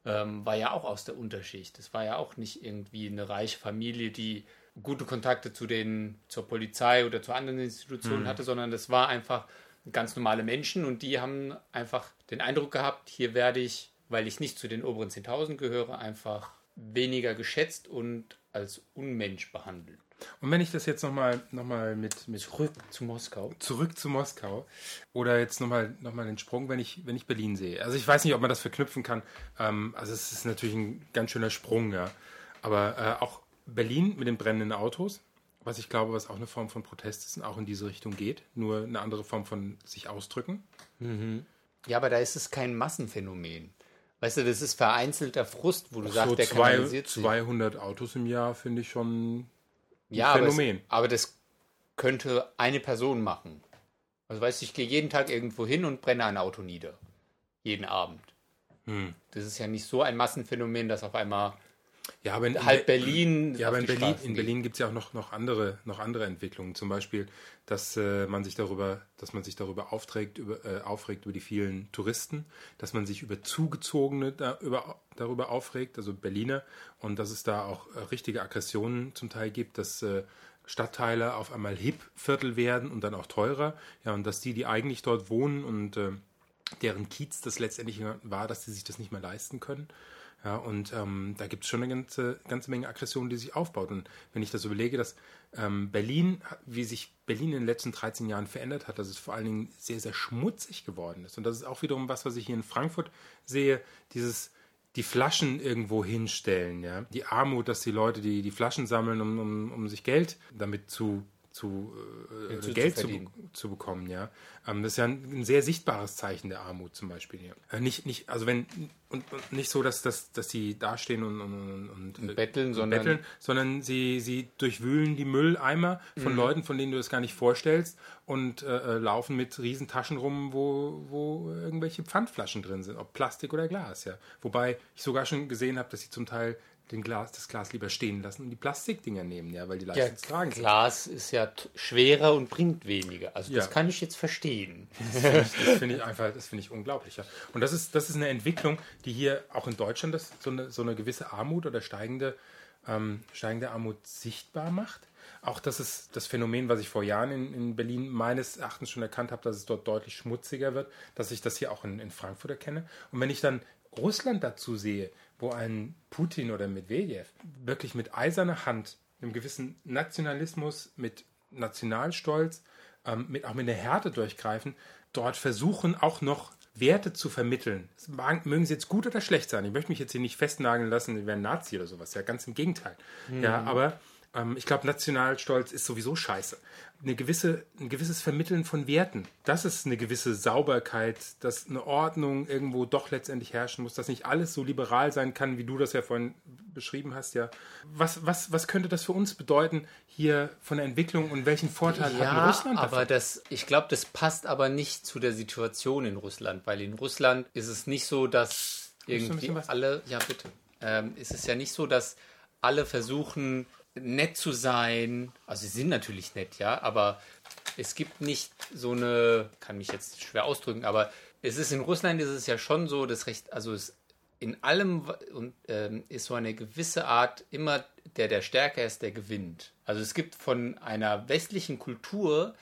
S2: ähm, war ja auch aus der Unterschicht. Das war ja auch nicht irgendwie eine reiche Familie, die gute Kontakte zu den, zur Polizei oder zu anderen
S1: Mhm.
S2: Institutionen hatte, sondern das war einfach ganz normale Menschen und die haben einfach den Eindruck gehabt, hier werde ich, weil ich nicht zu den oberen 10.000 gehöre, einfach weniger geschätzt und als Unmensch behandelt.
S1: Und wenn ich das jetzt nochmal noch mal mit, mit
S2: Zurück zu Moskau.
S1: zurück zu Moskau oder jetzt nochmal noch mal den Sprung, wenn ich, wenn ich Berlin sehe. Also ich weiß nicht, ob man das verknüpfen kann. Ähm, also es ist natürlich ein ganz schöner Sprung, ja. Aber äh, auch Berlin mit den brennenden Autos, was ich glaube, was auch eine Form von Protest ist und auch in diese Richtung geht, nur eine andere Form von sich ausdrücken.
S2: Ja, aber da ist es kein Massenphänomen. Weißt du, das ist vereinzelter Frust, wo du
S1: Ach
S2: sagst,
S1: so
S2: der
S1: zwei,
S2: kanalisiert sich.
S1: 200 Autos im Jahr finde ich schon
S2: ja,
S1: Phänomen.
S2: Aber, es, aber das könnte eine Person machen. Also weißt du, ich gehe jeden Tag irgendwo hin und brenne ein Auto nieder. Jeden Abend.
S1: Hm.
S2: Das ist ja nicht so ein Massenphänomen, dass auf einmal
S1: Ja, aber in,
S2: halb Berlin.
S1: ja,
S2: auf
S1: aber in
S2: die
S1: Berlin,
S2: Straßen
S1: in
S2: geht.
S1: Berlin gibt es ja auch noch, noch, andere, noch andere Entwicklungen. Zum Beispiel, dass äh, man sich darüber, dass man sich darüber aufträgt, über, äh, aufregt über die vielen Touristen, dass man sich über Zugezogene da, über, darüber aufregt, also Berliner, und dass es da auch äh, richtige Aggressionen zum Teil gibt, dass äh, Stadtteile auf einmal Hip-Viertel werden und dann auch teurer. Ja, und dass die, die eigentlich dort wohnen und äh, deren Kiez das letztendlich war, dass die sich das nicht mehr leisten können. Ja, und ähm, da gibt es schon eine ganze, ganze Menge Aggression, die sich aufbaut. Und wenn ich das überlege, dass ähm, Berlin, wie sich Berlin in den letzten 13 Jahren verändert hat, dass es vor allen Dingen sehr, sehr schmutzig geworden ist. Und das ist auch wiederum was, was ich hier in Frankfurt sehe, dieses die Flaschen irgendwo hinstellen, ja. Die Armut, dass die Leute die, die Flaschen sammeln, um, um, um sich Geld damit zu, zu, äh,
S2: zu- zu
S1: Geld zu,
S2: verdienen.
S1: zu bekommen, ja. Ähm, das ist ja ein, ein sehr sichtbares Zeichen der Armut zum Beispiel hier. Äh, nicht, nicht, also wenn, und, und nicht so, dass, dass, dass sie dastehen und, und, und, und äh,
S2: betteln, sondern-
S1: betteln, sondern sie, sie durchwühlen die Mülleimer von Leuten, von denen du es gar nicht vorstellst und äh, äh, laufen mit Riesentaschen rum, wo, wo irgendwelche Pfandflaschen drin sind, ob Plastik oder Glas, ja. Wobei ich sogar schon gesehen habe, dass sie zum Teil den Glas, das Glas lieber stehen lassen und die Plastikdinger nehmen, ja, weil die leichter
S2: Ja,
S1: zu tragen sind.
S2: Glas ist ja t- schwerer und bringt weniger. Also
S1: Ja.
S2: das kann ich jetzt verstehen.
S1: Das finde ich einfach, das finde ich unglaublich. Ja. Und das ist, das ist eine Entwicklung, die hier auch in Deutschland das, so, eine, so eine gewisse Armut oder steigende, ähm, steigende Armut sichtbar macht. Auch das ist das Phänomen, was ich vor Jahren in, in Berlin meines Erachtens schon erkannt habe, dass es dort deutlich schmutziger wird, dass ich das hier auch in, in Frankfurt erkenne. Und wenn ich dann Russland dazu sehe, wo ein Putin oder Medvedev wirklich mit eiserner Hand, einem gewissen Nationalismus, mit Nationalstolz, ähm, mit, auch mit einer Härte durchgreifen, dort versuchen auch noch Werte zu vermitteln. Es mag, mögen sie jetzt gut oder schlecht sein. Ich möchte mich jetzt hier nicht festnageln lassen, ich wäre ein Nazi oder sowas. Ja, ganz im Gegenteil. Ja, aber ähm, ich glaube, Nationalstolz ist sowieso scheiße. Eine gewisse, ein gewisses Vermitteln von Werten, das ist eine gewisse Sauberkeit, dass eine Ordnung irgendwo doch letztendlich herrschen muss, dass nicht alles so liberal sein kann, wie du das ja vorhin beschrieben hast. Ja, was, was, was könnte das für uns bedeuten hier von der Entwicklung und welchen Vorteil hat denn
S2: Ja,
S1: Russland davon?
S2: aber das, ich glaube, das passt aber nicht zu der Situation in Russland, weil in Russland ist es nicht so, dass
S1: ein
S2: irgendwie
S1: bisschen was-
S2: alle, ja bitte, ähm, ist es ja nicht so, dass alle versuchen, nett zu sein. Also sie sind natürlich nett, ja, aber es gibt nicht so eine, kann mich jetzt schwer ausdrücken, aber es ist in Russland ist es ja schon so, das Recht, also es in allem wa- und, ähm, ist so eine gewisse Art immer der, der stärker ist, der gewinnt. Also es gibt von einer westlichen Kultur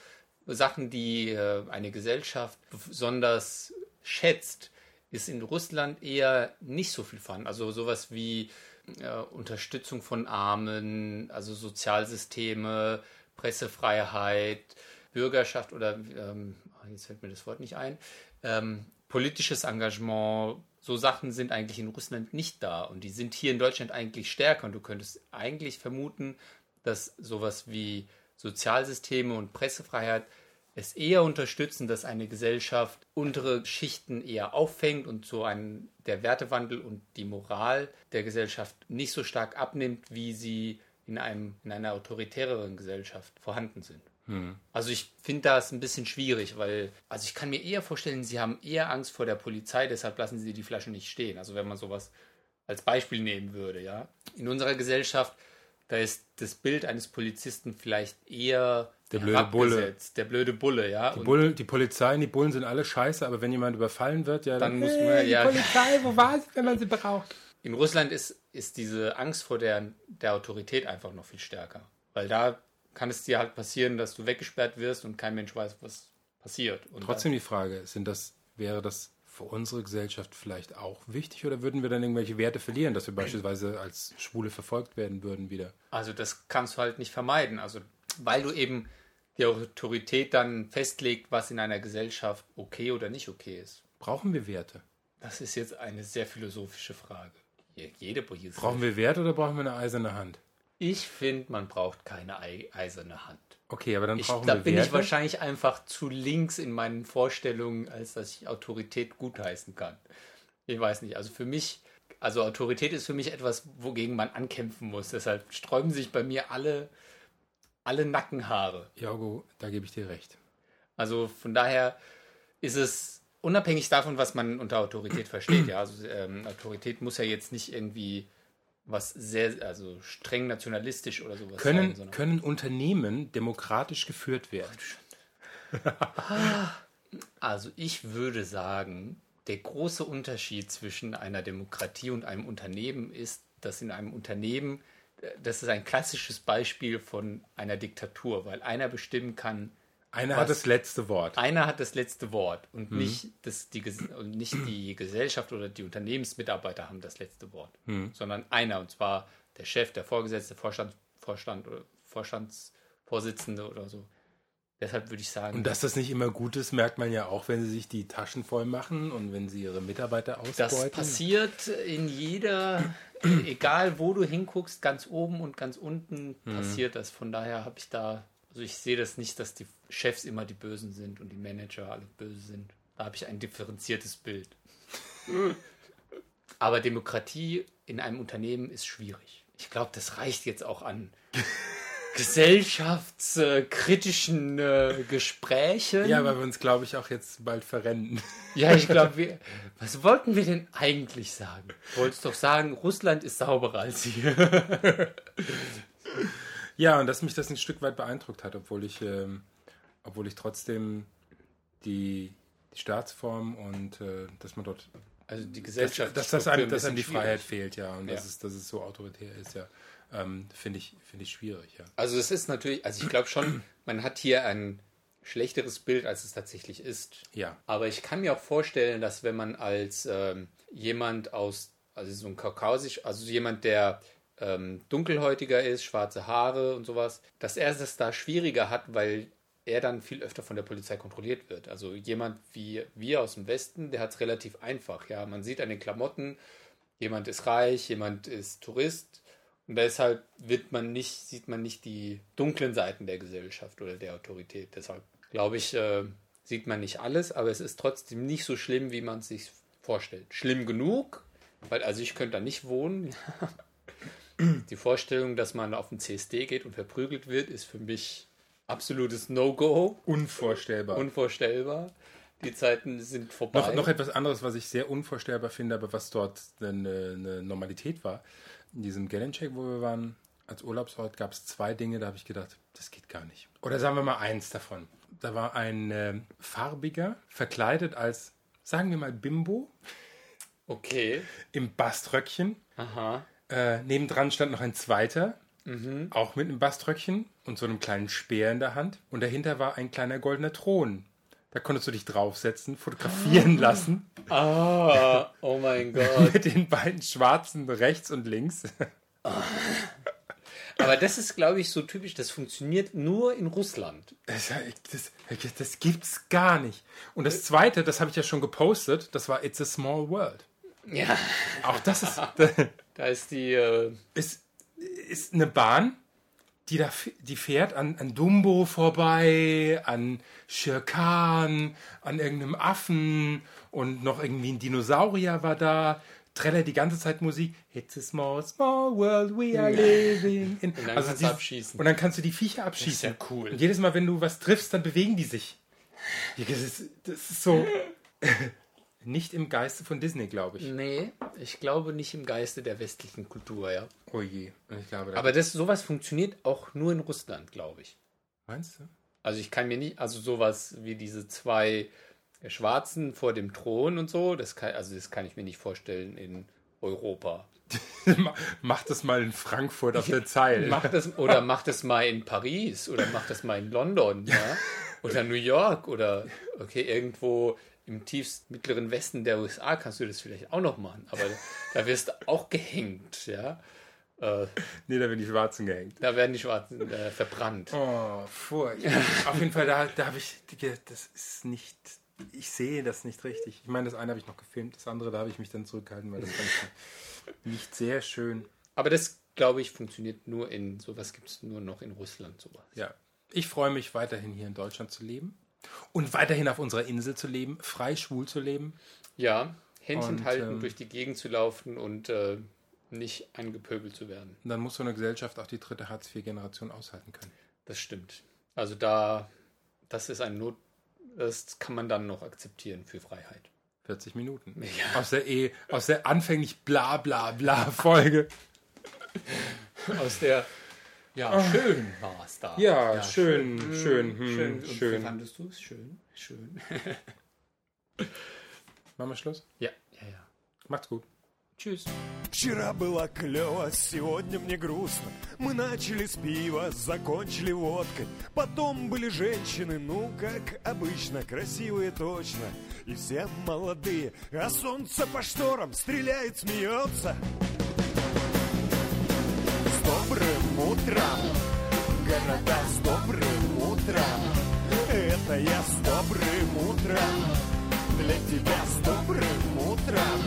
S2: Sachen, die äh, eine Gesellschaft besonders schätzt, ist in Russland eher nicht so viel vorhanden. Also sowas wie äh, Unterstützung von Armen, also Sozialsysteme, Pressefreiheit, Bürgerschaft oder ähm, jetzt fällt mir das Wort nicht ein, ähm, politisches Engagement. So Sachen sind eigentlich in Russland nicht da und die sind hier in Deutschland eigentlich stärker und du könntest eigentlich vermuten, dass sowas wie Sozialsysteme und Pressefreiheit es eher unterstützen, dass eine Gesellschaft untere Schichten eher auffängt und so ein, der Wertewandel und die Moral der Gesellschaft nicht so stark abnimmt, wie sie in, einem, in einer autoritäreren Gesellschaft vorhanden sind.
S1: Hm.
S2: Also ich finde das ein bisschen schwierig, weil, also ich kann mir eher vorstellen, sie haben eher Angst vor der Polizei, deshalb lassen sie die Flaschen nicht stehen. Also wenn man sowas als Beispiel nehmen würde, ja. In unserer Gesellschaft, da ist das Bild eines Polizisten vielleicht eher
S1: Der blöde Bulle.
S2: herabgesetzt, Der blöde Bulle, ja.
S1: Die,
S2: Und
S1: Bullen, die Polizei und die Bullen sind alle scheiße, aber wenn jemand überfallen wird, ja,
S2: Dann muss man-
S1: die
S2: ja.
S1: Polizei, wo war sie, wenn man sie braucht?
S2: in Russland ist, ist diese Angst vor der, der Autorität einfach noch viel stärker. Weil da kann es dir halt passieren, dass du weggesperrt wirst und kein Mensch weiß, was passiert. Und
S1: Trotzdem die Frage, sind das, wäre das für unsere Gesellschaft vielleicht auch wichtig oder würden wir dann irgendwelche Werte verlieren, dass wir beispielsweise als Schwule verfolgt werden würden wieder?
S2: Also das kannst du halt nicht vermeiden. Also weil du eben die Autorität dann festlegt, was in einer Gesellschaft okay oder nicht okay ist.
S1: Brauchen wir Werte?
S2: Das ist jetzt eine sehr philosophische Frage. Je- Jede Politik.
S1: Brauchen wir Werte oder brauchen wir eine eiserne Hand?
S2: Ich finde, man braucht keine ei eiserne Hand.
S1: Okay, aber dann
S2: Ich,
S1: brauchen
S2: da
S1: wir
S2: bin
S1: Werte.
S2: ich wahrscheinlich einfach zu links in meinen Vorstellungen, als dass ich Autorität gutheißen kann. Ich weiß nicht. Also für mich, also Autorität ist für mich etwas, wogegen man ankämpfen muss. Deshalb sträuben sich bei mir alle, alle Nackenhaare.
S1: Jago, da gebe ich dir recht.
S2: Also von daher ist es unabhängig davon, was man unter Autorität versteht. Ja, also ähm, Autorität muss ja jetzt nicht irgendwie was sehr, also streng nationalistisch oder sowas
S1: Können,
S2: sein. sondern-
S1: können Unternehmen demokratisch geführt werden?
S2: Also ich würde sagen, der große Unterschied zwischen einer Demokratie und einem Unternehmen ist, dass in einem Unternehmen, äh, das ist ein klassisches Beispiel von einer Diktatur, weil einer bestimmen kann,
S1: Einer
S2: Was?
S1: hat das letzte Wort.
S2: Einer hat das letzte Wort
S1: Mhm.
S2: und nicht, das, die, Ges- und nicht die Gesellschaft oder die Unternehmensmitarbeiter haben das letzte Wort,
S1: Mhm.
S2: sondern einer und zwar der Chef, der Vorgesetzte, Vorstand, Vorstand oder Vorstandsvorsitzende oder so. Deshalb würde ich sagen,
S1: Und dass das nicht immer gut ist, merkt man ja auch, wenn sie sich die Taschen voll machen und wenn sie ihre Mitarbeiter
S2: das
S1: ausbeuten.
S2: passiert in jeder, egal wo du hinguckst, ganz oben und ganz unten passiert das. Von daher habe ich da, also ich sehe das nicht, dass die Chefs immer die Bösen sind und die Manager alle böse sind. Da habe ich ein differenziertes Bild. Aber Demokratie in einem Unternehmen ist schwierig. Ich glaube, das reicht jetzt auch an gesellschaftskritischen äh, Gesprächen.
S1: Ja, weil wir uns, glaube ich, auch jetzt bald verrennen.
S2: Ja, ich glaube, was wollten wir denn eigentlich sagen? Du wolltest doch sagen, Russland ist sauberer als hier.
S1: Ja, und dass mich das ein Stück weit beeindruckt hat, obwohl ich, ähm, obwohl ich trotzdem die, die Staatsform und äh, dass man dort,
S2: Also die
S1: dass,
S2: Gesellschaft.
S1: dass, dass, einem, dass einem die Freiheit fehlt, ja, und
S2: Ja.
S1: Dass, es, dass es so autoritär ist, ja, ähm, finde ich, finde ich schwierig, ja.
S2: Also es ist natürlich, also ich glaube schon, man hat hier ein schlechteres Bild, als es tatsächlich ist.
S1: Ja.
S2: Aber ich kann mir auch vorstellen, dass wenn man als ähm, jemand aus, also so ein kaukasisch, also jemand, der ähm, dunkelhäutiger ist, schwarze Haare und sowas, dass er das da schwieriger hat, weil er dann viel öfter von der Polizei kontrolliert wird. Also jemand wie wir aus dem Westen, der hat es relativ einfach. Ja, man sieht an den Klamotten, jemand ist reich, jemand ist Tourist und deshalb wird man nicht, sieht man nicht die dunklen Seiten der Gesellschaft oder der Autorität. Deshalb glaube ich, äh, sieht man nicht alles, aber es ist trotzdem nicht so schlimm, wie man es sich vorstellt. Schlimm genug, weil also ich könnte da nicht wohnen. die Vorstellung, dass man auf den CSD geht und verprügelt wird, ist für mich absolutes No-Go,
S1: Unvorstellbar.
S2: unvorstellbar. Die Zeiten sind vorbei.
S1: Noch, noch etwas anderes, was ich sehr unvorstellbar finde, aber was dort eine, eine Normalität war. In diesem Geläncheck, wo wir waren, als Urlaubsort gab es zwei Dinge, da habe ich gedacht, das geht gar nicht. Oder sagen wir mal eins davon. Da war ein ähm, farbiger, verkleidet als, sagen wir mal, Bimbo
S2: okay.
S1: im Baströckchen.
S2: Aha.
S1: Äh, nebendran stand noch ein zweiter, auch mit einem Baströckchen und so einem kleinen Speer in der Hand. Und dahinter war ein kleiner goldener Thron. Da konntest du dich draufsetzen, fotografieren lassen.
S2: Ah, oh mein Gott.
S1: mit den beiden Schwarzen rechts und links.
S2: Aber das ist, glaube ich, so typisch. Das funktioniert nur in Russland.
S1: Das, das, das gibt's gar nicht. Und das zweite, das habe ich ja schon gepostet, das war It's a Small World.
S2: Ja.
S1: Auch das ist,
S2: Da ist die. Äh,
S1: ist, ist eine Bahn, die da f- die fährt an, an Dumbo vorbei, an Schirkan, an irgendeinem Affen und noch irgendwie ein Dinosaurier war da. Treller die ganze Zeit Musik. It's a small, small world we are living in. Also
S2: dann kannst du abschießen.
S1: Und dann kannst du die Viecher abschießen.
S2: Das ist ja cool.
S1: Und jedes Mal, wenn du was triffst, dann bewegen die sich. Das ist, das ist so. Nicht im Geiste von Disney, glaube ich.
S2: Nee, ich glaube nicht im Geiste der westlichen Kultur, ja.
S1: Oh je. Und ich glaube, da-
S2: Aber das, sowas funktioniert auch nur in Russland, glaube ich.
S1: meinst du?
S2: Also ich kann mir nicht, also sowas wie diese zwei Schwarzen vor dem Thron und so, das kann, also das kann ich mir nicht vorstellen in Europa.
S1: Ma- Mach das mal in Frankfurt auf der Zeil.
S2: Mach das, oder mach das mal in Paris oder mach das mal in London, ja. Oder New York oder okay, irgendwo im tiefst mittleren Westen der USA kannst du das vielleicht auch noch machen, aber da wirst du auch gehängt, ja. Äh,
S1: Nee, da bin ich schwarzen gehängt.
S2: da werden die Schwarzen äh, verbrannt.
S1: Oh, furchtbar. auf jeden Fall, da, da habe ich, Digga, das ist nicht, ich sehe das nicht richtig. Ich meine, das eine habe ich noch gefilmt, das andere, da habe ich mich dann zurückgehalten, weil das fand ich nicht sehr schön.
S2: Aber das, glaube ich, funktioniert nur in, sowas gibt es nur noch in Russland, sowas.
S1: Ja. Ich freue mich weiterhin hier in Deutschland zu leben und weiterhin auf unserer Insel zu leben, frei schwul zu leben.
S2: Ja, Händchen
S1: Und,
S2: halten,
S1: ähm,
S2: durch die Gegend zu laufen und äh, nicht angepöbelt zu werden.
S1: Und dann muss so eine Gesellschaft auch die dritte Hartz-IV-Generation aushalten können.
S2: Das stimmt. Also da, das ist ein Not, das kann man dann noch akzeptieren für Freiheit.
S1: 40 Minuten.
S2: Ja.
S1: Aus der eh, aus der anfänglich bla bla bla Folge.
S2: Aus der, ja, schön war es da.
S1: Ah. Ja, schön, schön, hm,
S2: schön.
S1: schön.
S2: Und wie fandest du es? Schön, schön.
S1: Machen wir Schluss?
S2: ja, ja, ja.
S1: Macht's gut.
S2: Tschüss.
S4: Вчера было клево, сегодня мне грустно. Мы начали с пива, закончили водкой. Потом были женщины, ну, как обычно, красивые точно. И все молодые, а солнце по шторам стреляет, смеется. С добрым утром, города с добрым утром. Это я с добрым утром, для тебя с добрым утром.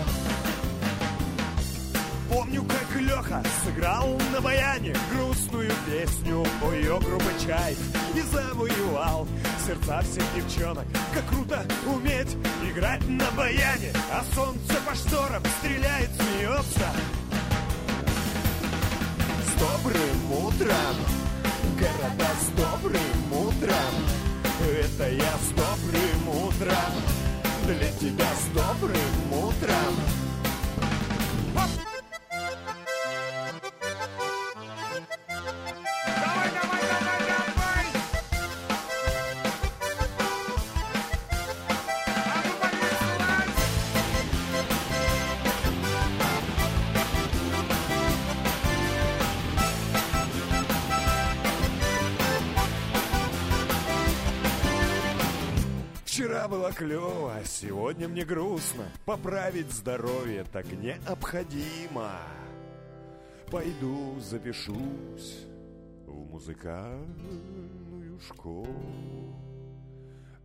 S4: Помню, как Леха сыграл на баяне грустную песню о ее грубый чай и завоевал сердца всех девчонок. Как круто уметь играть на баяне, а солнце по шторам стреляет, смеется. С добрым утром, города с добрым утром, это я с добрым утром, для тебя с добрым утром. Давай, давай, давай, давай! А ну понеслась! Вчера было клево, а сегодня мне грустно. Поправить здоровье так необходимо. Пойду запишусь в музыкальную школу.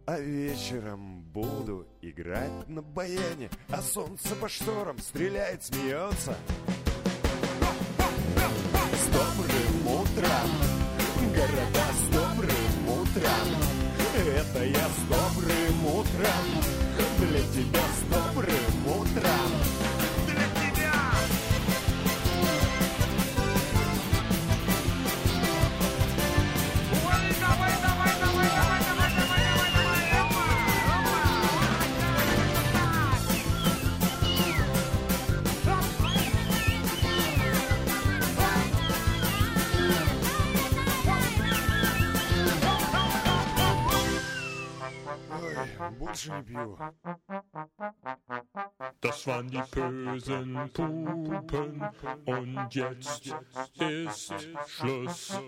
S4: А вечером буду играть на баяне, а солнце по шторам стреляет, смеется. С добрым утром, города с добрым утром. Это я с добрым утром, для тебя с добрым утром. Для тебя! Ой, давай, давай, давай, давай, давай, давай, давай, давай, опа, опа, опа. Ой, больше не пью.
S5: Das waren die bösen Pupen und jetzt ist Schluss.